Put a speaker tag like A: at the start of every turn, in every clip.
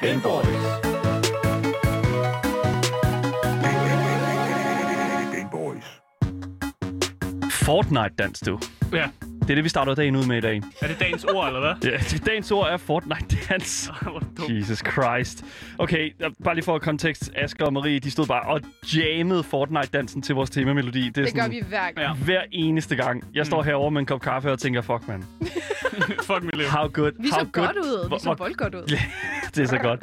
A: Gameboys. Gameboys.
B: Fortnite-dans, du.
C: Ja.
B: Det er det, vi starter dagen ud med i dag.
C: Er det dagens ord, eller hvad?
B: Ja, dagens ord er Fortnite-dans.
C: Hvor dumt.
B: Jesus Christ. Okay, der- bare lige for kontekst. Asger og Marie, de stod bare og jammede Fortnite-dansen til vores temamelodi. er
D: Det gør vi hver gang.
C: Ja.
B: Hver eneste gang. Jeg står herovre med en kop kaffe og tænker, fuck man,
C: Fuck mit liv.
B: how good,
D: Vi
B: how
D: så
B: good.
D: godt ud.
B: Hvor-
D: Vi
B: hvor-
D: så voldgodt ud.
B: Ja, det er så godt.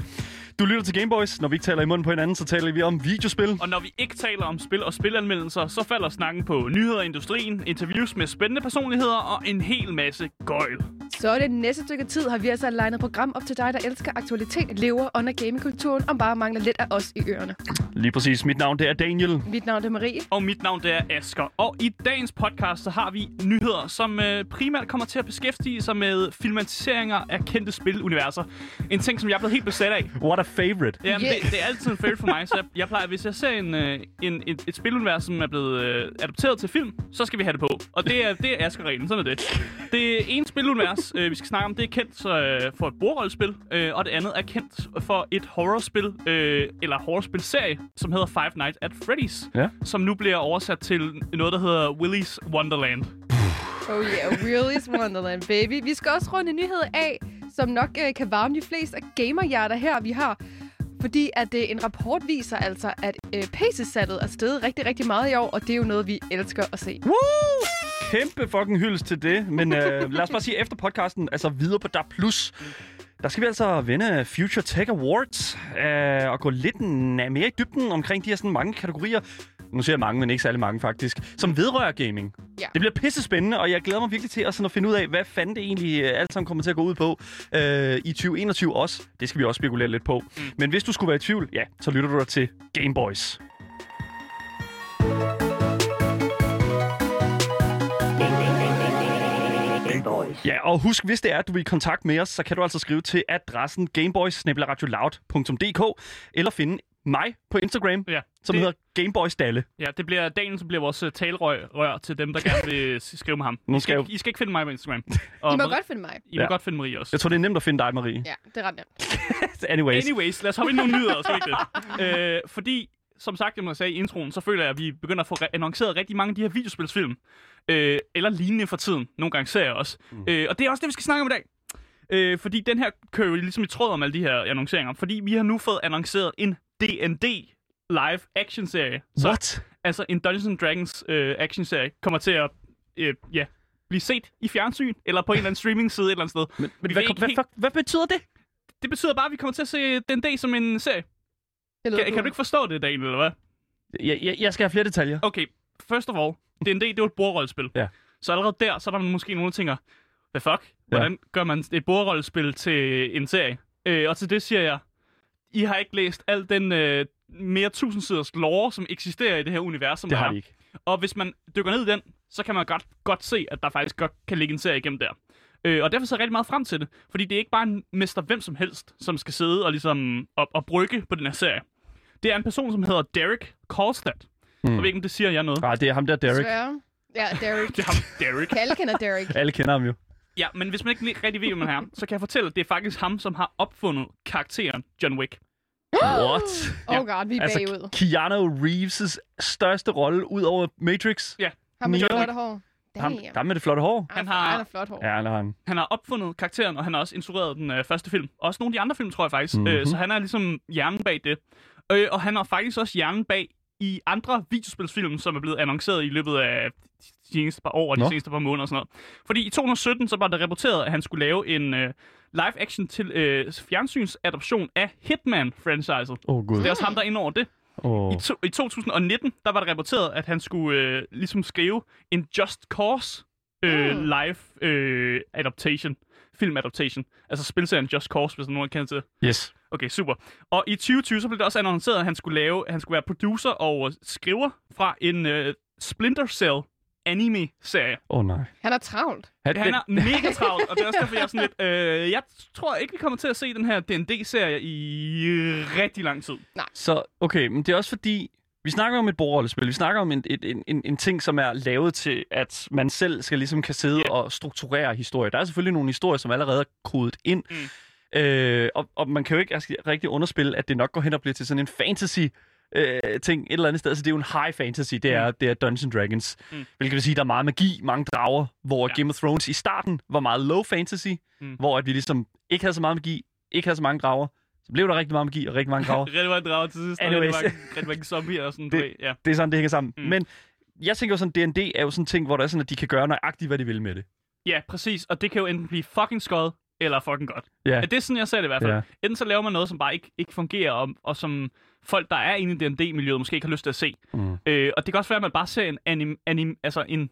B: Du lytter til Gameboys. Når vi ikke taler i munden på hinanden, så taler vi om videospil.
C: Og når vi ikke taler om spil og spilanmeldelser, så falder snakken på nyheder i industrien, interviews med spændende personligheder og en hel masse gøjl.
D: Så det næste stykke tid har vi altså legnet et program op til dig, der elsker aktualitet, lever under gamingkulturen og bare mangler lidt af os i ørerne.
B: Lige præcis. Mit navn, det er Daniel.
D: Mit navn er Marie.
C: Og mit navn det er Asker. Og i dagens podcast så har vi nyheder, som øh, primært kommer til at beskæftige sig med filmatiseringer af kendte spiluniverser. En ting, som jeg er blevet helt besat af.
B: What a favorite.
C: Jamen,
D: Yes.
C: det, det er altid en favorite for mig, så jeg, jeg plejer, hvis jeg ser en, øh, en, et, et spilunivers, som er blevet øh, adopteret til film, så skal vi have det på. Og det er, det er Asger-reglen, sådan er det. Det ene spilunivers, øh, vi skal snakke om, det er kendt øh, for et bordrollespil, øh, og det andet er kendt for et horrorspil, øh, eller horrorspilserie, som hedder Five Nights at Freddy's,
B: Ja.
C: som nu bliver oversat til noget, der hedder Willy's Wonderland.
D: Oh yeah, real is Wonderland, baby. Vi skal også runde en nyhed af, som nok øh, kan varme de fleste af gamerhjerter her, vi har. Fordi at øh, en rapport viser altså, at øh, PC-salget er steget rigtig, rigtig meget i år, og det er jo noget, vi elsker at se.
B: Woo! Kæmpe fucking hyldest til det. Men øh, lad os bare sige, efter podcasten, altså videre på DAP+, Plus, der skal vi altså vende Future Tech Awards øh, og gå lidt n- mere i dybden omkring de her sådan mange kategorier. Nu ser jeg mange, men ikke særlig mange faktisk, som vedrører gaming.
D: Ja.
B: Det bliver pisse spændende, og jeg glæder mig virkelig til at, sådan at finde ud af, hvad fanden det egentlig øh, alt sammen kommer til at gå ud på øh, i 2021 også. Det skal vi også spekulere lidt på. Mm. Men hvis du skulle være i tvivl, ja, så lytter du dig til Gameboys.
A: Gameboys.
B: Ja, og husk, hvis det er, at du vil i kontakt med os, så kan du altså skrive til adressen gameboys eller finde mig på Instagram,
C: Ja,
B: som
C: det,
B: hedder Gameboys Dalle.
C: Ja, det bliver dagen, som bliver vores øh, talerør rør til dem, der gerne vil s- skrive med ham.
B: Nu
C: I
B: skal
C: skal, ikke,
B: jeg-
C: I skal ikke finde mig på Instagram.
D: I
C: Og
D: må
C: Marie-
D: godt finde mig.
C: I må
B: Ja.
C: godt finde Marie også.
B: Jeg tror, det er nemt at finde dig, Marie.
D: Ja, det er ret nemt.
B: Anyways.
C: Anyways, lad os hoppe ind i nogle nyheder, skal vi ikke det? Øh, fordi, som sagt, som jeg sagde i introen, så føler jeg, at vi begynder at få re- annonceret rigtig mange af de her videospilsfilm. Øh, eller lignende for tiden. Nogle gange ser jeg også. Mm. Øh, og det er også det, vi skal snakke om i dag. Øh, fordi den her kører jo ligesom i tråd om alle de her annonceringer. Fordi vi har nu fået annonceret en D&D live action serie. Så
B: What?
C: altså en Dungeons and Dragons øh, action serie kommer til at øh, ja, blive set i fjernsyn, eller på en eller anden streaming side et eller andet sted.
B: Men, men
C: Vi
B: hvad,
C: ved ikke
B: hvad,
C: helt-
B: hvad, hvad betyder det?
C: Det betyder bare, at vi kommer til at se den dag som en serie.
D: Det
C: Kan, kan du ikke forstå det, Daniel, eller hvad?
B: Jeg, jeg, jeg skal have flere detaljer.
C: Okay, first of all, D&D, det er jo et bordrollespil.
B: Ja.
C: Så allerede der, så er der måske nogen, der tænker, hvad fuck? Hvordan gør man et bordrollespil til en serie? Øh, og til det siger jeg, I har ikke læst al den øh, mere tusindsiders lore, som eksisterer i det her univers, som
B: Det
C: der
B: har
C: er.
B: vi ikke.
C: Og hvis man dykker ned i den, så kan man godt, godt se, at der faktisk godt kan ligge en serie igennem der. Øh, og derfor ser jeg rigtig meget frem til det, fordi det er ikke bare en mester hvem som helst, som skal sidde og, ligesom, og, og brygge på den her serie. Det er en person, som hedder Derek Kolstad. Mm. Jeg ved ikke, om det siger jer noget.
B: Nej, Ah, det er ham der, Derek.
D: Svære. Ja, Derek.
C: Det er ham, Derek.
D: Kalle kender Derek.
B: Alle kender ham jo.
C: Ja, men hvis man ikke lige rigtig ved, hvem han er, så kan jeg fortælle, at det er faktisk ham, som har opfundet karakteren John Wick.
B: What?
D: Oh god, vi er
B: Altså,
D: bagud.
B: Keanu Reeves' største rolle ud over Matrix.
C: Ja,
D: Ham med det
B: Neil-
D: flotte hår.
B: Ham,
D: Damn. Ah.
B: der med det flotte hår.
D: Han
C: har-
D: har... Han har flot hår.
B: Ja, han har han.
C: han har opfundet karakteren, og han har også instrueret den øh, første film. Også nogle af de andre film, tror jeg faktisk.
B: Mhm.
C: Mm-hmm. Øh, så han er ligesom hjernen bag det. Øh, og han er faktisk også hjernen bag i andre videospilsfilm, som er blevet annonceret i løbet af de seneste par år og de
B: Nå.
C: seneste par måneder og sådan noget. Fordi i 2017, så var der rapporteret, at han skulle lave en øh, live-action til øh, fjernsynsadoption af Hitman-franchiset.
B: Åh, oh, gud.
C: Det er også ham, der er inde over det.
B: Oh.
C: I, to, I 2019, der var det rapporteret, at han skulle øh, ligesom skrive en Just Cause øh,
D: Mm.
C: live øh, adaptation, film adaptation. Altså spilserien Just Cause, hvis der er nogen der kender til det.
B: Yes.
C: Okay, super. Og i 2020, så blev det også annonceret, at han skulle, lave, han skulle være producer og skriver fra en øh, Splinter Cell anime-serie.
B: Åh, oh, nej.
D: Han er travlt.
B: Han,
C: Han er mega travlt, og det er også derfor, jeg er sådan lidt... Øh, jeg tror ikke, vi kommer til at se den her D&D-serie i øh, rigtig lang tid.
B: Så, okay, men det er også fordi, vi snakker om et bordrollespil, vi snakker om en, et, en, en, en ting, som er lavet til, at man selv skal ligesom kan sidde
C: Ja.
B: og strukturere historier. Der er selvfølgelig nogle historier, som allerede er kodet ind,
C: Mm.
B: Øh, og, og man kan jo ikke altså, rigtig underspille, at det nok går hen og bliver til sådan en fantasy øh, ting et eller andet sted. Så det er jo en high fantasy, det er, mm. det er Dungeons and Dragons.
C: Mm.
B: Mm. Hvilket vil sige, at der er meget magi, mange drager, hvor
C: Ja.
B: ja. Game of Thrones i starten var meget low fantasy,
C: Mm.
B: mm. hvor at vi ligesom ikke havde så meget magi, ikke havde så mange drager. Så blev der rigtig meget magi og rigtig mange drager.
C: Rigtig mange drager til sidst, og rigtig
B: Anyways.
C: mange, rigtig mange zombier og sådan
B: Det-
C: noget. Ja.
B: det er sådan, det hænger sammen.
C: Mm.
B: Mm. Men jeg tænker jo sådan, D&D er jo sådan en ting, hvor der er sådan, at de kan gøre nøjagtigt, hvad de vil med det.
C: ja, præcis. Og det kan jo enten blive fucking skød eller fucking godt.
B: Ja.
C: Ja, det er sådan, jeg ser det i hvert fald. Ja. Enten så laver man noget, som bare ikke, ikke fungerer, og, og som folk, der er inde i D&D-miljøet, måske ikke har lyst til at se.
B: Mm.
C: Øh, og det kan også være, at man bare ser en anim... anim altså en...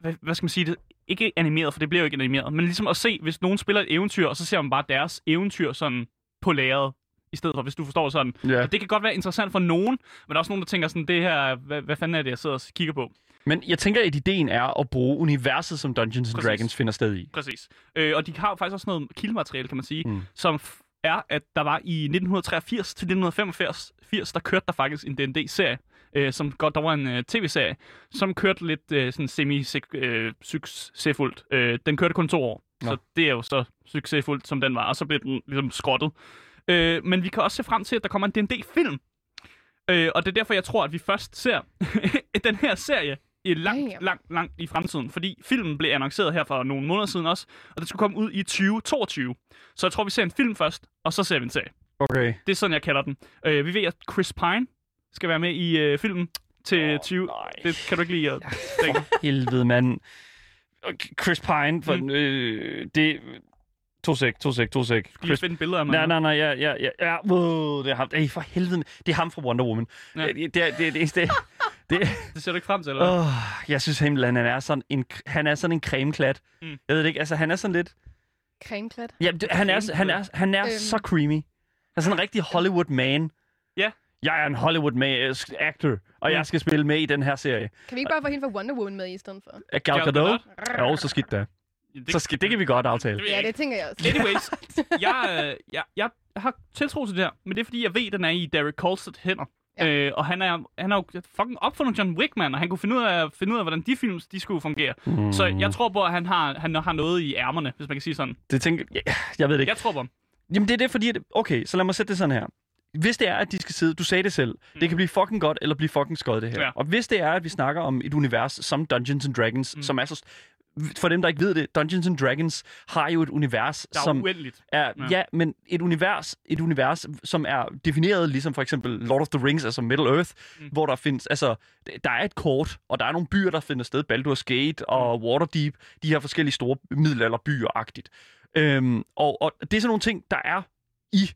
C: Hvad, hvad skal man sige det? Ikke animeret, for det bliver jo ikke animeret. Men ligesom at se, hvis nogen spiller et eventyr, og så ser man bare deres eventyr sådan på lageret i stedet for, hvis du forstår sådan.
B: Ja.
C: Og det kan godt være interessant for nogen, men der er også nogen, der tænker sådan, det her, hvad, hvad fanden er det, jeg sidder og kigger på?
B: Men jeg tænker, at ideen er at bruge universet, som Dungeons and
C: Præcis.
B: Dragons finder sted i.
C: Præcis. Øh, og de har jo faktisk også noget kildemateriale, kan man sige, mm.
B: Mm.
C: som f- er, at der var i 1983 til 1985, 80, der kørte der faktisk en D&D-serie, øh, som godt, der var en øh, tv-serie, som kørte lidt øh, sådan semi-succesfuldt. Øh, den kørte kun to år, Nå.
B: Nå.
C: så det er jo så succesfuldt, som den var, og så blev den ligesom skrottet. Øh, men vi kan også se frem til, at der kommer en D&D-film. Øh, og det er derfor, jeg tror, at vi først ser den her serie i langt,
D: Damn.
C: langt, langt i fremtiden. Fordi filmen blev annonceret her for nogle måneder siden også, og den skulle komme ud i 2022. Så jeg tror, vi ser en film først, og så ser vi en serie.
B: Okay.
C: Det er sådan, jeg kalder den. Øh, vi ved, at Chris Pine skal være med i øh, filmen til oh, 20...
B: nej.
C: Det kan du ikke lide. at- tænke.
B: Helvede, mand. Og Chris Pine, for, mm. øh, det... To sek, to sek, to sek.
C: Lige
B: Chris...
C: finde billeder af
B: Nej,
C: mig.
B: nej, nej, ja, ja, ja, ja. Wow, det er ham. Ej, for helvede. Det er ham fra Wonder Woman.
C: Ja.
B: Ja. Det, det, er- det, er det, det, det,
C: Det ser du ikke frem til, eller hvad?
B: Åh, oh, jeg synes Himmeland, han er sådan en, han er sådan en cremeklat.
C: Mm.
B: Mm. Jeg ved det ikke, altså han er sådan lidt...
D: Cremeklat.
B: Ja, det, han, er, han, er, han er
D: Øhm.
B: så creamy. Han er sådan en rigtig Hollywood man.
C: Ja.
B: Jeg er en Hollywood man, actor, og
C: Mm.
B: jeg skal spille med i den her serie.
D: Kan vi ikke bare få hende fra Wonder Woman med i stedet for?
B: Er Gal
C: Gal
B: Gadot? Jo, så skidt da.
C: Det,
B: Øh, Så skidt, det kan vi godt aftale.
C: ved jeg
D: Ja,
C: ikke.
D: det tænker jeg også.
C: Anyways, jeg, øh, jeg, jeg har tiltro til det her, men det er fordi, jeg ved, at den er i Derek Colstedt hænder. Ja.
D: Ja.
C: Øh, og han er, han er jo fucking opfundet John Wick, mand, og han kunne finde ud af, finde ud af hvordan de film de skulle fungere. Mm. Så jeg tror på, at han har, han har noget i ærmerne, hvis man kan sige sådan.
B: Det tænker, jeg, jeg ved det ikke.
C: Jeg tror på ham.
B: Jamen det er det, fordi... At, okay, så lad mig sætte det sådan her. Hvis det er, at de skal sidde... Du sagde det selv. Det kan blive fucking godt, eller blive fucking skødt, det her.
C: Mm. Ja.
B: Og hvis det er, at vi snakker om et univers som Dungeons and Dragons,
C: Mm.
B: mm. som er så... For dem, der ikke ved det, Dungeons and Dragons har jo et univers,
C: Der er
B: som...
C: som... uendeligt.
B: er,
C: Ja.
B: ja. ja, men et univers, et univers, som er defineret ligesom for eksempel Lord of the Rings, altså Middle Earth,
C: Mm.
B: mm. hvor der findes, altså, d- der er et kort, og der er nogle byer, der finder sted, Baldur's Gate og Waterdeep, de her forskellige store middelalderbyer-agtigt. Øhm, og, og det er sådan nogle ting, der er i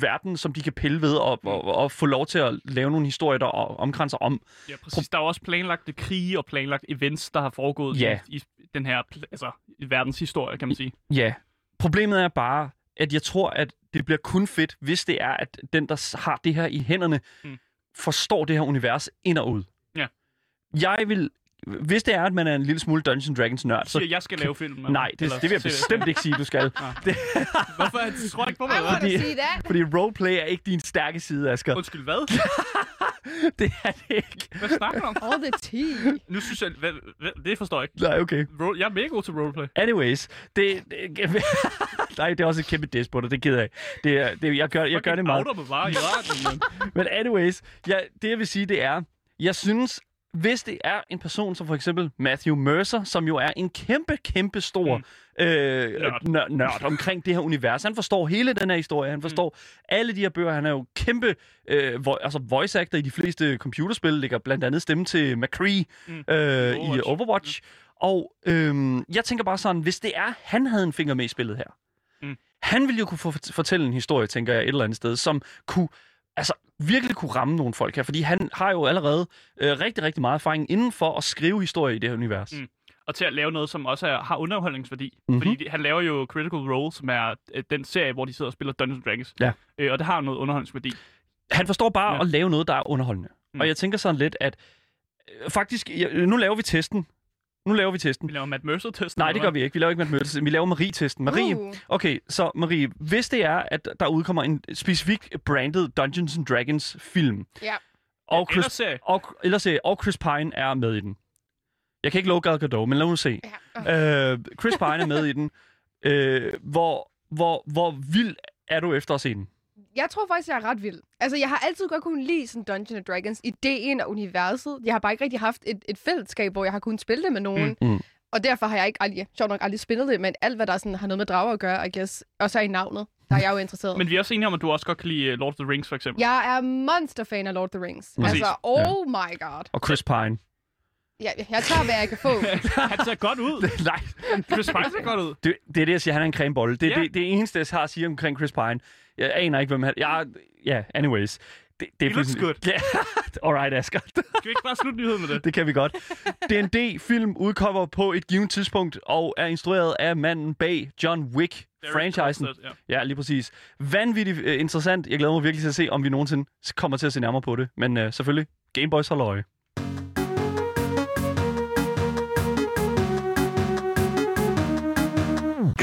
B: verden, som de kan pille ved og, og, og få lov til at lave nogle historier, der o- omkranser om.
C: Ja, præcis. Der er jo også planlagte krige og planlagt events, der har foregået
B: Ja.
C: i, i den her pl- altså, i verdenshistorie, kan man sige.
B: Ja. Problemet er bare, at jeg tror, at det bliver kun fedt, hvis det er, at den, der s- har det her i hænderne,
C: Mm.
B: mm. forstår det her univers ind og ud.
C: Ja.
B: Jeg vil... Hvis det er, at man er en lille smule Dungeons Dragons nørd,
C: Så
B: så...
C: siger, jeg skal lave film.
B: Nej, det, det vil jeg bestemt ikke sige, du skal.
C: Hvorfor er det- tror jeg ikke på mig?
D: I
C: eller hvad?
D: wanna
B: Fordi-
D: see that.
B: Fordi roleplay er ikke din stærke side, Asger.
C: Undskyld, hvad?
B: Det er det ikke.
C: Hvad snakker du om?
D: All the tea.
C: Nu synes jeg, hvad, hvad, det forstår jeg ikke.
B: Nej, okay.
C: Roll, jeg er mega god til roleplay.
B: Anyways, det... det nej, det er også et kæmpe diss på dig, det keder jeg. Det, er- det, jeg, gør, jeg gør det meget.
C: Outer mig bare i radioen, mand.
B: Men anyways, ja, det jeg vil sige, det er, jeg synes, hvis det er en person som for eksempel Matthew Mercer, som jo er en kæmpe, kæmpe stor mm. øh,
C: Nørd.
B: nør- nørd omkring det her univers. Han forstår hele den her historie, han forstår mm. alle de her bøger. Han er jo kæmpe øh, vo- altså voice actor i de fleste computerspil, lægger blandt andet stemme til McCree
C: Mm.
B: mm. øh, i
C: Overwatch.
B: Overwatch. Og øhm, jeg tænker bare sådan, hvis det er, han havde en finger med i spillet her,
C: Mm.
B: mm. han ville jo kunne få- fortælle en historie, tænker jeg, et eller andet sted, som kunne altså virkelig kunne ramme nogle folk her, fordi han har jo allerede øh, rigtig, rigtig meget erfaring inden for at skrive historie i det her univers.
C: Mm. og til at lave noget, som også er, har underholdningsværdi. Mm-hmm.
B: Mhm.
C: Fordi de- han laver jo Critical Role, som er øh, den serie, hvor de sidder og spiller Dungeons and Dragons.
B: Ja.
C: Øh, og det har noget underholdningsværdi.
B: Han forstår bare
C: Ja.
B: ja. at lave noget, der er underholdende.
C: Mm.
B: Mm. Og jeg tænker sådan lidt, at øh, faktisk, jeg, nu laver vi testen. Nu laver vi testen.
C: Vi laver Matt Mercer-testen.
B: Nej, det gør vi ikke. Vi laver ikke Matt Mødtes. Vi laver Marie-testen. Marie,
D: Uh.
B: okay, så Marie, hvis det er, at der udkommer en specifik branded Dungeons and Dragons film,
D: Ja.
B: og Chris
C: Eller serie.
B: og, eller se, og Chris Pine er med i den. Jeg kan ikke love Gal Gadot, men lad nu se.
D: Ja.
B: Øh, Chris Pine er med i den, øh, hvor hvor, hvor vild er du efter scenen?
D: Jeg tror faktisk, jeg er ret vild. Altså, jeg har altid godt kunne lide sådan Dungeons and Dragons, ideen og universet. Jeg har bare ikke rigtig haft et, et fællesskab, hvor jeg har kunnet spille det med nogen.
B: Mm, mm.
D: Og derfor har jeg ikke aldrig, sjovt nok aldrig spillet det, men alt, hvad der sådan, har noget med drager at gøre, I guess, og så i navnet, der er jeg jo interesseret.
C: Men vi er også enige om, at du også godt kan lide øh, Lord of the Rings, for eksempel.
D: Jeg er monsterfan af Lord of the Rings.
C: Præcis.
D: Altså, oh my god.
B: Og Chris Pine.
D: Jeg, jeg tager, hvad jeg kan få.
C: Han ser godt ud.
B: Nej,
C: Chris Pine ser godt ud.
B: det, det er det, jeg siger. Han er en cremebolle. Det er
C: Ja.
B: det, det eneste, jeg har at sige omkring Chris Pine. Jeg aner ikke, hvem han... Jeg, ja, anyways. Det, det
C: He looks
B: fuldstændig- Ja, alright, Asger.
C: Skal vi ikke bare slutte nyheden med det?
B: Det kan vi godt. D&D-film udkommer på et givet tidspunkt og er instrueret af manden bag John
C: Derek
B: Wick-franchisen.
C: Kolstad, ja.
B: Ja, lige præcis. Vanvittigt øh, interessant. Jeg glæder mig virkelig til at se, om vi nogensinde s- kommer til at se nærmere på det. Men øh, selvfølgelig, Gameboys holder øje.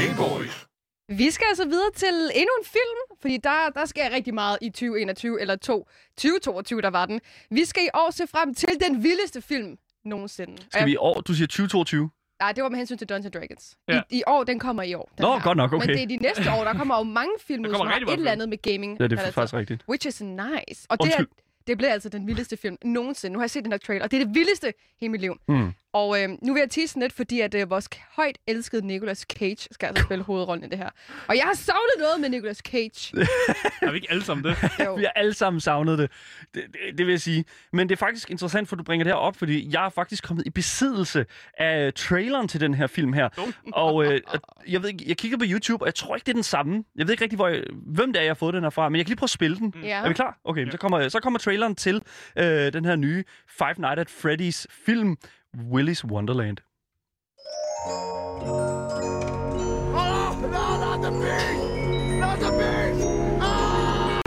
A: Game Boys.
D: Vi skal altså videre til endnu en film, fordi der, der sker rigtig meget i 2021, eller to, 2022, der var den. Vi skal i år se frem til den vildeste film nogensinde.
B: Skal vi i år? Du siger 2022.
D: Nej, det var med hensyn til Dungeons Dragons.
C: Ja.
D: Ja. I, I år, den kommer i år. Den
B: Nå, godt nok, okay.
D: Men det er de næste år, der kommer jo mange film
C: Der
D: ud,
C: kommer
D: som har
C: rigtig
D: et
C: mange
D: eller
C: film.
D: andet med gaming.
B: Ja, det er
D: relateret.
B: faktisk rigtigt.
D: Which is nice. Og det, er,
B: Undskyld.
D: det blev altså den vildeste film nogensinde. Nu har jeg set den her trailer, og det er det vildeste i mit liv.
B: Mm.
D: Og øh, nu vil jeg tease den lidt, fordi at øh, vores højt elskede Nicolas Cage skal altså spille hovedrollen i det her. Og jeg har savnet noget med Nicolas Cage.
C: Har vi ikke alle sammen det?
D: Jo.
B: Vi har alle sammen savnet det. Det, det. det vil jeg sige. Men det er faktisk interessant, for du bringer det her op, fordi jeg er faktisk kommet i besiddelse af traileren til den her film her. Og øh, og jeg ved ikke, jeg kiggede på YouTube, og jeg tror ikke, det er den samme. Jeg ved ikke rigtig, hvor jeg, hvem det er, jeg har fået den her fra, men jeg kan lige prøve at spille den.
C: Mm.
D: Ja.
B: Er vi klar? Okay, så kommer, så kommer traileren til øh, den her nye Five Nights at Freddy's film, Willy's Wonderland.
A: Oh, no, not the beast! Not the beast! Ah!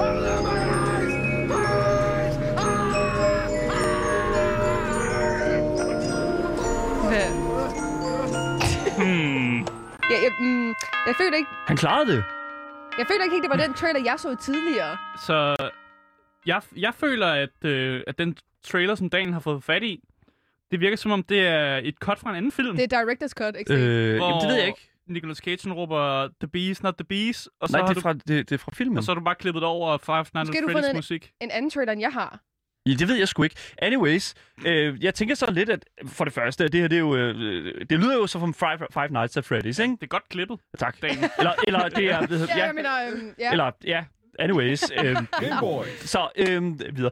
A: Ah, my eyes! Eyes! Ah! Ah!
D: Hvad?
B: Hmm.
D: Ja, jeg, mm, jeg, føler ikke,
B: Han klarede det.
D: jeg føler ikke helt, det var den trailer, jeg så tidligere.
C: Så jeg, jeg føler, at, øh, at den trailer, som Daniel har fået fat i, det virker som om, det er et cut fra en anden film.
D: Det er director's cut, ikke? Øh.
B: Øh,
C: hvor
B: jamen, det ved jeg ikke.
C: Nicolas Cage råber, The Beast, not the Beast. Og så,
B: Nej,
C: har
B: det er
C: du,
B: fra, det, det er fra filmen.
C: og så har du bare klippet det over Five Nights
D: Måske
C: at
D: har du
C: Freddy's
D: fundet en-
C: musik.
D: En anden trailer, end jeg har.
B: Ja, det ved jeg sgu ikke. Anyways, øh, jeg tænker så lidt, at for det første, at det her, det, er jo, øh, det lyder jo så som Five, Five Nights at Freddy's, ikke?
C: Det er godt klippet.
B: Tak.
C: Daniel.
B: Eller, eller det er... hvad hedder-
D: Ja, jeg mener, øhm, ja.
B: Eller, ja. Anyways. Øh,
A: Game Boys.
B: så, øh, videre.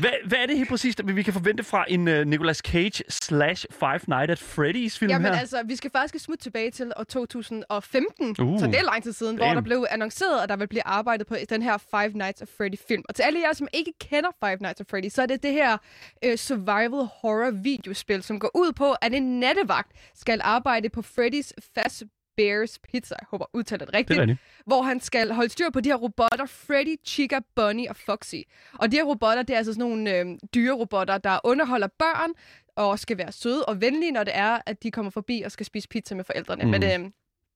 B: Hvad, hvad er det helt præcist, at vi kan forvente fra en uh, Nicolas Cage slash Five Nights at Freddy's film
D: Jamen
B: her?
D: altså, vi skal faktisk et smut tilbage til år 2015,
B: Uh,
D: uh, så det er lang tid siden, hvor
B: damn.
D: der blev annonceret, at der ville blive arbejdet på den her Five Nights at Freddy film. Og til alle jer, som ikke kender Five Nights at Freddy, så er det det her øh, survival horror videospil, som går ud på, at en nattevagt skal arbejde på Freddys fast Bears Pizza, jeg håber udtaler det
B: Det
D: rigtigt,
B: er rigtigt.
D: hvor han skal holde styr på de her robotter, Freddy, Chica, Bunny og Foxy. Og de her robotter, det er altså sådan nogle øh, dyrerobotter, der underholder børn og skal være søde og venlige, når det er, at de kommer forbi og skal spise pizza med forældrene.
B: Mm.
D: Mm. Men øh,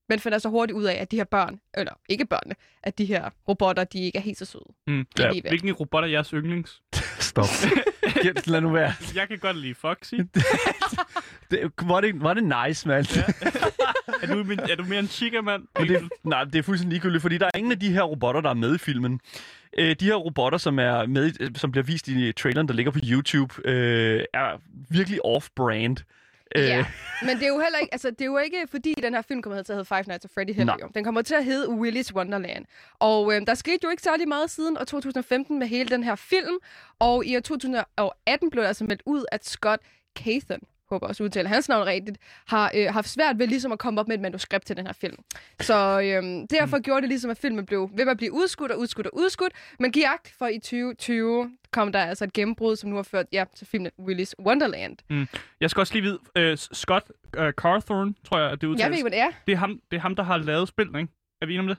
D: man finder så hurtigt ud af, at de her børn, eller ikke børnene, at de her robotter, de ikke er helt så søde.
C: Mm.
B: Ja.
D: alligevel.
C: Hvilken robot er jeres yndlings?
B: Stop. Jens, lad nu være.
C: Jeg kan godt lide Foxy.
B: Det, var, det, var det nice, mand. Ja.
C: Er du, min, er du mere en chica, mand?
B: Men det, nej, det er fuldstændig ligegyldigt, fordi der er ingen af de her robotter, der er med i filmen. Øh, de her robotter, som er med, i- øh, som bliver vist i traileren, der ligger på YouTube, øh, er virkelig off-brand. Øh,
D: Ja, men det er jo heller ikke, altså, det er jo ikke fordi den her film kommer til at hedde Five Nights at Freddy heller
B: Nej.
D: jo. Den kommer til at hedde Willy's Wonderland. Og øh, der skete jo ikke særlig meget siden år 2015 med hele den her film. Og i år 2018 blev det altså meldt ud, at Scott Cathan håber også udtaler hans navn rigtigt, har øh, haft svært ved ligesom at komme op med et manuskript til den her film. Så øh, derfor
B: Mm.
D: gjorde det ligesom, at filmen blev ved med at blive udskudt og udskudt og udskudt, men giv agt, for i 2020 kom der altså et gennembrud, som nu har ført ja, til filmen Willy's Wonderland.
C: Mm. Jeg skal også lige vide, øh, Scott øh, Carthorne, tror jeg, at det
D: Jeg
C: udtales.
D: ved ikke, hvad det er.
C: det, er ham, det er ham, der har lavet spillet, ikke? Er vi enige om det?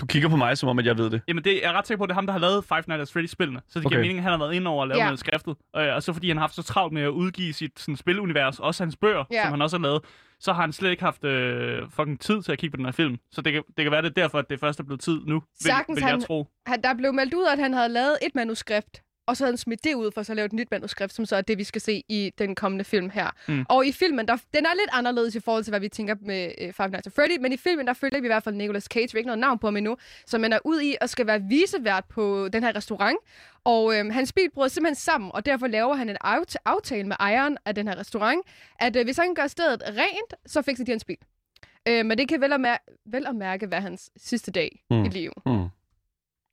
B: Du kigger på mig, som om at jeg ved det.
C: Jamen, det, jeg er ret sikker på, at det er ham, der har lavet Five Nights at Freddy-spillene. Så det giver
B: Okay.
C: mening, at han har været ind over at lave
D: Ja.
C: yeah. manuskriptet. Øh, og så fordi han har haft så travlt med at udgive sit sådan, spilunivers, også hans bøger,
D: Ja.
C: som han også har lavet, så har han slet ikke haft øh, fucking tid til at kigge på den her film. Så det kan, det kan være, det er derfor, at det først er blevet tid nu, vil,
D: Sagtens,
C: vil jeg
D: han-
C: tro.
D: han, der blev meldt ud, at han havde lavet et manuskript, Og så havde han smidt det ud for så at lave et nyt manuskript, som så er det, vi skal se i den kommende film her.
C: Mm.
D: Mm. Og i filmen, der, den er lidt anderledes i forhold til, hvad vi tænker med øh, Five Nights at Freddy, men i filmen, der følger vi i hvert fald Nicolas Cage, vi har ikke noget navn på ham endnu, som han er ud i og skal være visevært på den her restaurant. Og øhm, hans bil bryder simpelthen sammen, og derfor laver han en aft- aftale med ejeren af den her restaurant, at øh, hvis han gør stedet rent, så fikser de hans bil. Øh, men det kan vel at, mær- vel at mærke være hans sidste dag
B: Mm.
D: mm. i livet.
B: Mm.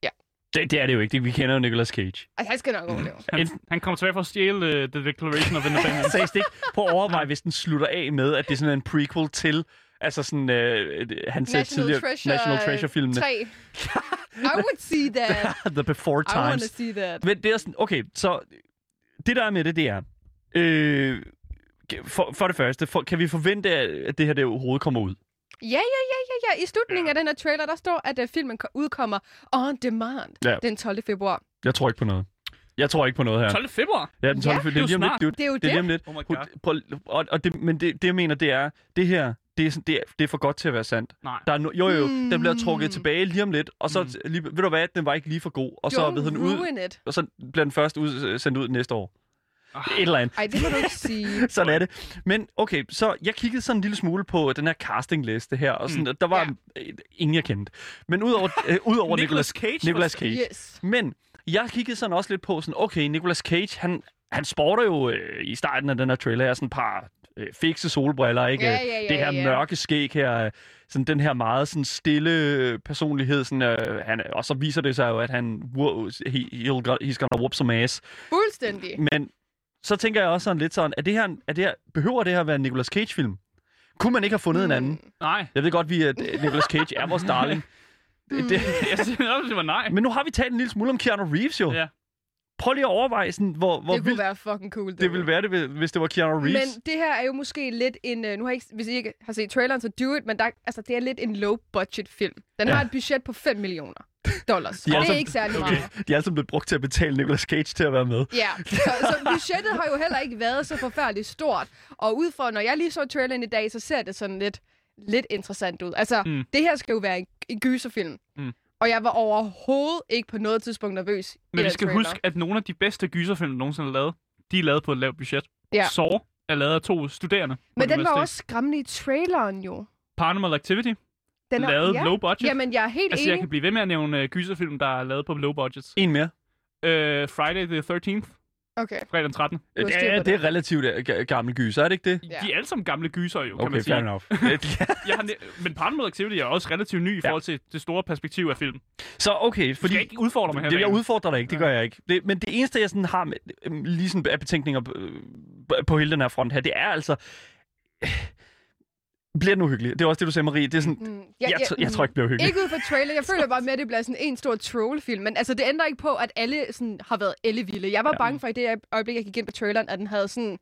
D: Ja.
B: Det, det er det jo ikke. Det- Vi kender jo Nicolas Cage.
D: Altså, han skal nok overleve.
C: Han, han kommer tilbage for at stjæle uh, The Declaration of Independence.
B: Seriøst ikke? Prøv at overveje, hvis den slutter af med, at det er sådan en prequel til altså sådan, øh, øh, han selv tidligere
D: National Treasure,
B: National Treasure-filmene.
D: 3. I would see that.
B: The Before
D: I want to
B: Times.
D: see that.
B: Men det er sådan, okay, så det der er med det, det er, øh, for, for det første, for, kan vi forvente, at det her det overhovedet kommer ud?
D: Ja, ja, ja, ja, ja. I slutningen af den her trailer, der står, at uh, filmen ko- udkommer on demand
B: Ja.
D: ja. den 12. februar.
B: Jeg tror ikke på noget. Jeg tror ikke på noget her.
C: 12. februar?
B: Ja, den 12.
D: Ja,
B: Ja, det
C: det
B: er
C: er
B: lige om
C: jo
B: lidt,
C: snart.
B: dude.
D: Det er jo
B: det er lige om lidt.
C: Oh my
B: Hun-
C: God.
B: prøv- og, og det, men det, det, jeg mener, det er, det her, det er, sådan, det er, det er for godt til at være sandt.
C: Nej.
B: Der er no, jo, jo, mm. den bliver trukket
D: Mm.
B: tilbage lige om lidt, og så,
C: Mm.
B: mm. lige, ved du hvad, den var ikke lige for god, og så,
D: Don't
B: ved den, ud,
D: ruin it.
B: og så bliver den først ud, sendt ud næste år.
C: Ah.
B: Et eller andet.
D: Ej, det må du ikke sige.
B: Sådan er det. Men okay, så jeg kiggede sådan en lille smule på den her castingliste her, og sådan,
C: Mm.
B: mm. der var ja. ingen, jeg kendte. Men udover, øh, udover
C: Nicolas
B: Nicolas
C: Cage?
B: Nicolas Cage.
D: Yes.
B: Men jeg kiggede sådan også lidt på, sådan, okay, Nicolas Cage, han, han sporter jo øh, i starten af den her trailer her sådan et par øh, fikse solbriller, ikke?
D: Ja, ja, ja,
B: det her
D: ja.
B: mørke skæg her, øh, sådan den her meget sådan stille øh, personlighed, sådan, øh, han, og så viser det sig jo, at han, wow, he, he'll, go- he's gonna whoop some ass.
D: Fuldstændig.
B: Men så tænker jeg også sådan lidt sådan, er det her, en- er det her behøver det her at være en Nicolas Cage-film? Kunne man ikke have fundet mm. en anden?
C: Nej.
B: Jeg ved godt, vi at øh, Nicolas Cage er vores darling.
D: Mm.
B: Det, det,
C: Jeg synes også, det var nej.
B: men nu har vi talt en lille smule om Keanu Reeves jo.
C: Ja.
B: Prøv lige at overveje, sådan, hvor, hvor
D: Det kunne
B: vildt
D: være fucking cool.
B: det ville være, det, hvis- hvis det var Keanu Reeves.
D: Men det her er jo måske lidt en... øh, Nu har jeg ikke, hvis I ikke har set traileren, så do it, men der, altså, det er lidt en low-budget film. Den
B: Ja.
D: har et budget på 5 millioner dollars.
B: De er
D: og det
B: altså-
D: er ikke særlig meget.
B: Okay. De er altså blevet brugt til at betale Nicolas Cage til at være med.
D: Ja, så, så budgettet har jo heller ikke været så forfærdeligt stort. Og ud fra, når jeg lige så traileren i dag, så ser det sådan lidt, lidt interessant ud. Altså,
C: Mm.
D: mm. det her skal jo være en, en gyserfilm.
C: Mm.
D: Og jeg var overhovedet ikke på noget tidspunkt nervøs. i
C: Men vi
D: den
C: skal
D: trailer.
C: huske, at nogle af de bedste gyserfilm, der nogensinde er lavet, de er lavet på et lavt budget.
D: Ja.
C: Saw er lavet af to studerende. på
D: Men den var
C: universitetet.
D: også skræmmende i traileren jo.
C: Paranormal Activity,
D: Den er,
C: lavet
D: ja.
C: low budget.
D: Jamen, jeg er helt
C: altså,
D: altså,
C: jeg
D: enig.
C: kan blive ved med at nævne uh, gyserfilm, der er lavet på low budgets.
B: En mere.
C: Uh, Friday the 13th,
D: Okay.
C: fredag den 13.
D: Du har
B: Det
D: styr
B: er,
D: på
B: det er relativt øh, ga- gammel gyser, er det ikke det?
D: Ja.
C: De er alle sammen gamle gyser jo, kan
B: Okay,
C: man sige.
B: fair enough. Ja.
C: Jeg har næ- men Paranormal Activity er også relativt ny i forhold til det store perspektiv af filmen.
B: så okay,
C: Fordi
B: fordi...
C: jeg ikke udfordre mig her.
B: Det, jeg
C: Daniel.
B: udfordrer dig ikke, det gør jeg ikke. Det, men det eneste, jeg sådan har med, øhm, lige sådan af betænkninger på, øh, på hele den her front her, det er altså... Bliver den uhyggelig? Det er også det, du sagde, Marie. Det er sådan,
D: Mm,
B: jeg, jeg, tr- jeg tror ikke, det bliver uhyggelig.
D: Ikke ud fra trailer. Jeg føler bare med, at det bliver sådan en stor trollfilm. Men altså, det ændrer ikke på, at alle sådan, har været ellevilde. Jeg var ja. bange for, i det øjeblik, jeg gik ind på traileren, at den havde sådan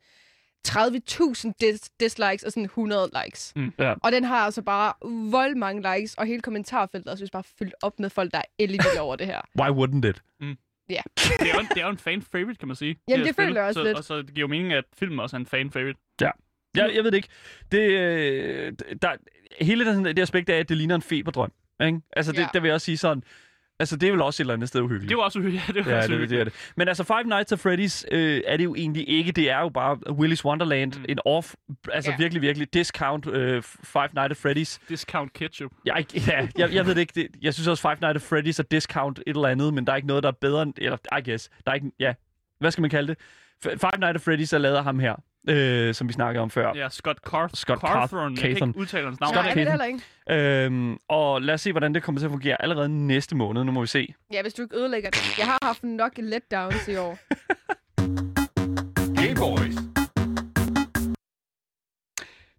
D: 30.000 dis- dislikes og sådan 100 likes.
C: Mm,
B: ja.
D: Og den har altså bare vold mange likes, og hele kommentarfeltet er altså bare fyldt op med folk, der er ellevilde over det her.
B: Why wouldn't it?
C: det, er jo en, det er jo en fan favorite, kan man sige.
D: Jamen,
C: her
D: det føler
C: spil.
D: jeg også
C: så,
D: lidt.
C: Og så det giver jo mening, at filmen også er en fan favorite.
B: Mm. Jeg, jeg ved det ikke. Det, øh, der, hele den, det aspekt af, at det ligner en feberdrøm. Ikke? Altså, det,
D: Ja.
B: der vil jeg også sige sådan... Altså, det er vel også et eller andet sted uhyggeligt.
C: Det var også uhyggeligt. Ja, det var
B: Ja,
C: også
B: det, det er det. Men altså, Five Nights at Freddy's øh, er det jo egentlig ikke. Det er jo bare Willy's Wonderland,
C: Mm.
B: mm. en off, altså
D: Ja.
B: virkelig, virkelig discount øh, Five Nights at Freddy's.
C: Discount ketchup.
B: Jeg, ja, jeg, jeg ved det ikke. Det, jeg synes også, Five Nights at Freddy's er discount et eller andet, men der er ikke noget, der er bedre end... Eller, I guess. Der er ikke... Ja. Hvad skal man kalde det? F- Five Nights at Freddy's er lavet af ham her, øh, som vi snakkede om før.
C: Ja, Scott Carth.
B: Scott
C: Carthron. Jeg kan
B: Carthon.
C: ikke udtale hans navn.
D: Nej, jeg ved
B: Caden.
D: det heller ikke.
B: Øhm, og lad os se, hvordan det kommer til at fungere allerede næste måned. Nu må vi se.
D: Ja, hvis du ikke ødelægger det. Jeg har haft nok letdowns i år.
A: Gay boys.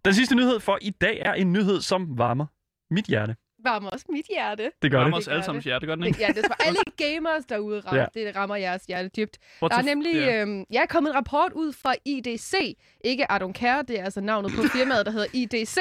B: Den sidste nyhed for i dag er en nyhed, som varmer mit hjerte.
D: Varmer også mit hjerte.
B: Det gør
C: Rammer
B: det.
C: os alle sammen, ja, det gør den, ikke?
D: Det, ja, det tror jeg. alle gamers derude rammer, ja. det rammer jeres hjerte dybt.
C: What
D: Der
C: the
D: er
C: f-
D: nemlig,
C: Ja.
D: yeah. øhm, jeg er kommet en rapport ud fra IDC, ikke I don't care, det er altså navnet på firmaet, der hedder IDC,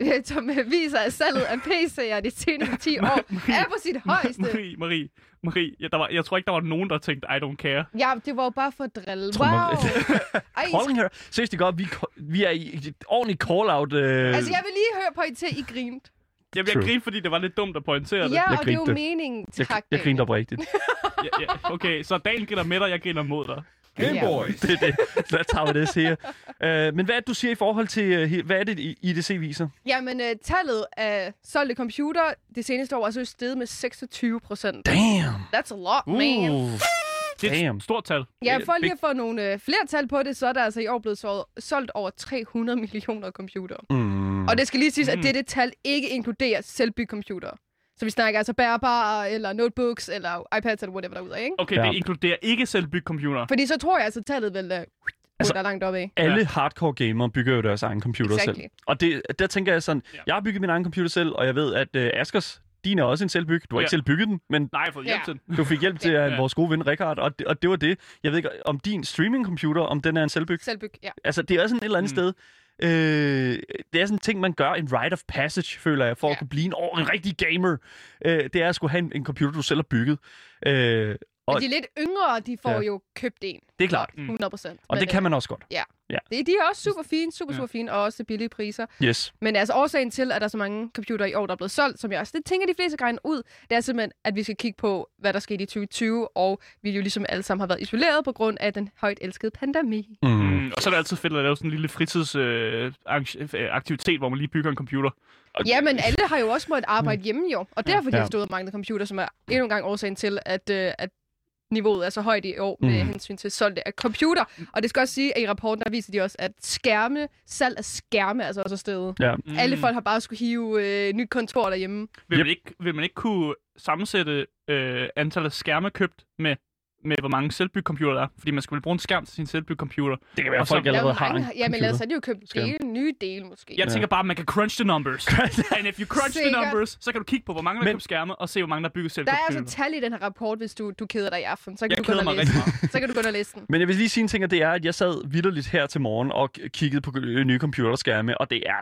D: øh, som øh, viser, at salget af PC'er de seneste 10 år er på sit højeste.
C: Marie, Marie, Marie. Ja, der var, jeg tror ikke, der var nogen, der tænkte, I don't care.
D: Ja, det var jo bare for at drille. Wow!
B: Trommer-
D: Ej,
B: Calling her. Seriøst, det er godt. Vi, vi er i et ordentligt call-out. Øh,
D: altså, jeg vil lige høre på I til, I grinte.
C: Jamen, jeg
B: True.
C: grinte, fordi det var lidt dumt at pointe
D: Ja,
C: det.
D: og det er jo
B: grinte.
D: meningen.
B: jeg,
D: Tak,
B: jeg
D: Daniel.
B: grinte oprigtigt.
C: ja, ja. Okay, så Dan griner med dig, jeg griner mod dig.
A: Game
D: Ja.
A: Boys.
B: Det er det. That's how it is here. Uh, men hvad er det, du siger i forhold til... Uh, he- hvad er det, I- IDC viser?
D: Jamen, øh, tallet af solgte computer det seneste år er så steget med 26 procent.
B: Damn!
D: That's a lot, man.
B: Uh,
C: Det er
B: Damn.
C: et stort tal.
D: Ja,
B: Det er
D: for
B: big-
D: lige at få nogle øh, flere tal på det, så er der altså i år blevet solgt, solgt over 300 millioner computere.
B: mm.
D: Og det skal lige siges, at
C: Mm.
D: dette tal ikke inkluderer selvbycomputere. Så vi snakker altså bærbare, eller notebooks, eller iPads, eller whatever derude, ikke?
C: Okay,
B: Ja.
C: ja. det inkluderer ikke selvbygget computer.
D: Fordi så tror jeg altså, tallet vil uh, altså, der langt op af.
B: Alle hardcore gamere bygger jo deres egen computer
D: Exactly.
B: selv. Og det, der tænker jeg sådan,
C: Ja.
B: jeg har bygget min egen computer selv, og jeg ved, at øh, Askers, din er også en selvbyg. Du har ikke
C: Ja.
B: selv bygget den, men
C: Nej, jeg har fået hjælp
D: Ja.
C: til den.
B: du fik hjælp til af
C: Ja.
B: vores gode ven Richard, og det, og det var det. Jeg ved ikke, om din streaming-computer, om den er en selvbyg.
D: Selvbyg, ja.
B: Altså, det er også sådan et eller andet mm. sted. Øh, det er sådan en ting, man gør, en rite of passage, føler jeg, for ja. at
D: Ja.
B: kunne blive en, oh, en rigtig gamer. Øh, det er at skulle have en, en computer, du selv har bygget. Øh,
D: Men
B: Og-
D: de lidt yngre, de får
B: Ja.
D: ja. jo købt en.
B: det er klart.
D: 100 procent. øh,
B: Og det kan man også godt.
D: Det, de er også super fine, super, super fine, og også til billige priser.
B: Yes.
D: Men altså årsagen til, at der er så mange computere i år, der er blevet solgt, som jeg også det tænker de fleste grejer ud, det er simpelthen, at vi skal kigge på, hvad der skete i 2020, og vi jo ligesom alle sammen har været isoleret på grund af den højt elskede pandemi.
B: Mm. Mm.
C: Mm. Og så er det altid fedt at lave sådan en lille fritidsaktivitet, øh, aktivitet, hvor man lige bygger en computer.
D: Ja, men alle har jo også måttet arbejde hjemme jo, og derfor de
B: Ja.
D: har stået og manglet computer, som er endnu en gang årsagen til, at, øh, at niveauet er så højt i år med
B: Mm.
D: hensyn til solgte af computer. Og det skal også sige, at i rapporten der viser de også, at skærme, salg af skærme er altså også stedet.
B: Ja.
D: Mm. Alle folk har bare skulle hive øh, nyt kontor derhjemme.
B: Yep.
C: Vil, yep. man ikke, vil man ikke kunne sammensætte øh, antallet af skærme købt med, med hvor mange selvbygget computer der er? Fordi man skal vel bruge en skærm til sin selvbygget computer.
B: Det kan være,
C: Og
B: at
C: så-
B: folk
C: Jeg
B: allerede
D: Lavet
B: har en
D: mange- Ja, men lad os
B: computer.
D: have de jo købt
B: Skærm.
D: dele, nye dele måske.
C: Jeg
B: Ja.
C: tænker bare, at man kan crunch the numbers. And if you crunch the
D: Sikkert.
C: numbers, så kan du kigge på, hvor mange der
B: Men-
C: Men... købt skærme, og se, hvor mange der har bygget
D: Der
C: selvbygget
D: er altså
C: computer.
D: tal i den her rapport, hvis du, du keder dig i aften. Så kan,
C: Jeg
D: du gå
C: keder
D: ind og
C: mig
D: læse.
C: rigtig
D: den. så kan du gå ind og læse den.
B: Men jeg vil lige sige en ting, og det er, at jeg sad vidderligt her til morgen og k- kiggede på øh, nye computerskærme, og det er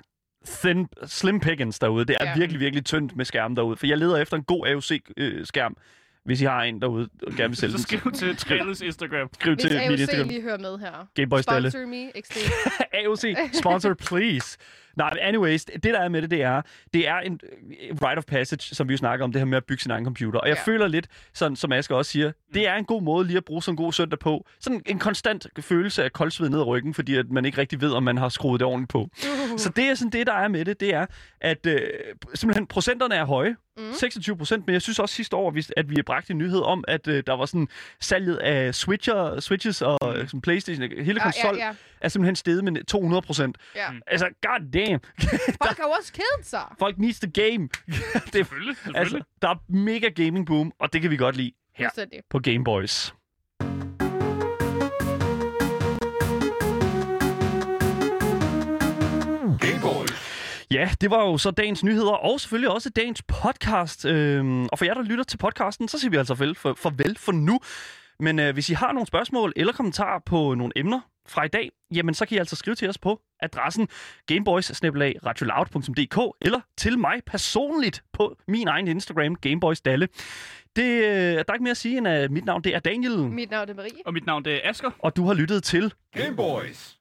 B: thin, slim pickings derude. Det er ja.
D: Ja.
B: virkelig, virkelig tyndt med skærme derude, for jeg leder efter en god AOC-skærm, øh, hvis I har en derude og gerne vil sælge
C: Så
B: den.
C: skriv til Trælles Instagram.
B: Skriv
D: Hvis
B: til mit
D: AOC
B: Instagram.
D: lige hører med her.
B: Game Boy Stalle.
D: Sponsor me, XD.
B: AOC, sponsor please. Nej, men anyways, det der er med det, det er, det er en øh, rite of passage, som vi jo snakker om, det her med at bygge sin egen computer. Og jeg
D: Ja.
B: føler lidt, sådan, som Asger også siger, det er en god måde lige at bruge sådan en god søndag på. Sådan en konstant følelse af koldsved ned ad ryggen, fordi at man ikke rigtig ved, om man har skruet det ordentligt på.
D: Mm-hmm.
B: Så det er sådan det, der er med det, det er, at øh, simpelthen procenterne er høje. Mm. 26 procent, men jeg synes også sidste år, vi- at vi bragte en nyhed om, at øh, der var sådan salget af switcher, switches og øh, sådan Playstation, hele
D: Mm. Ah, Ja,
B: konsol,
D: ja, ja.
B: er simpelthen steget med 200 procent.
D: Ja.
C: Mm.
B: Altså, god damn.
D: Folk har jo også kedet sig.
B: Folk needs the game. det er,
C: Selvfølgelig, selvfølgelig.
B: altså, der er mega gaming boom, og det kan vi godt lide her
D: Fuldstændig.
B: på Game Boys.
A: Game Boys.
B: Ja, det var jo så dagens nyheder, og selvfølgelig også dagens podcast. Øhm, og for jer, der lytter til podcasten, så siger vi altså farvel for, farvel for nu. Men øh, hvis I har nogle spørgsmål eller kommentarer på nogle emner fra i dag, jamen så kan I altså skrive til os på adressen gameboys eller til mig personligt på min egen Instagram, Gameboys Dalle. Det, øh, der er ikke mere at sige, end at mit navn det er Daniel,
D: Mit navn er Marie.
C: Og mit navn det er Asger.
B: og du har lyttet til
A: Game Boys.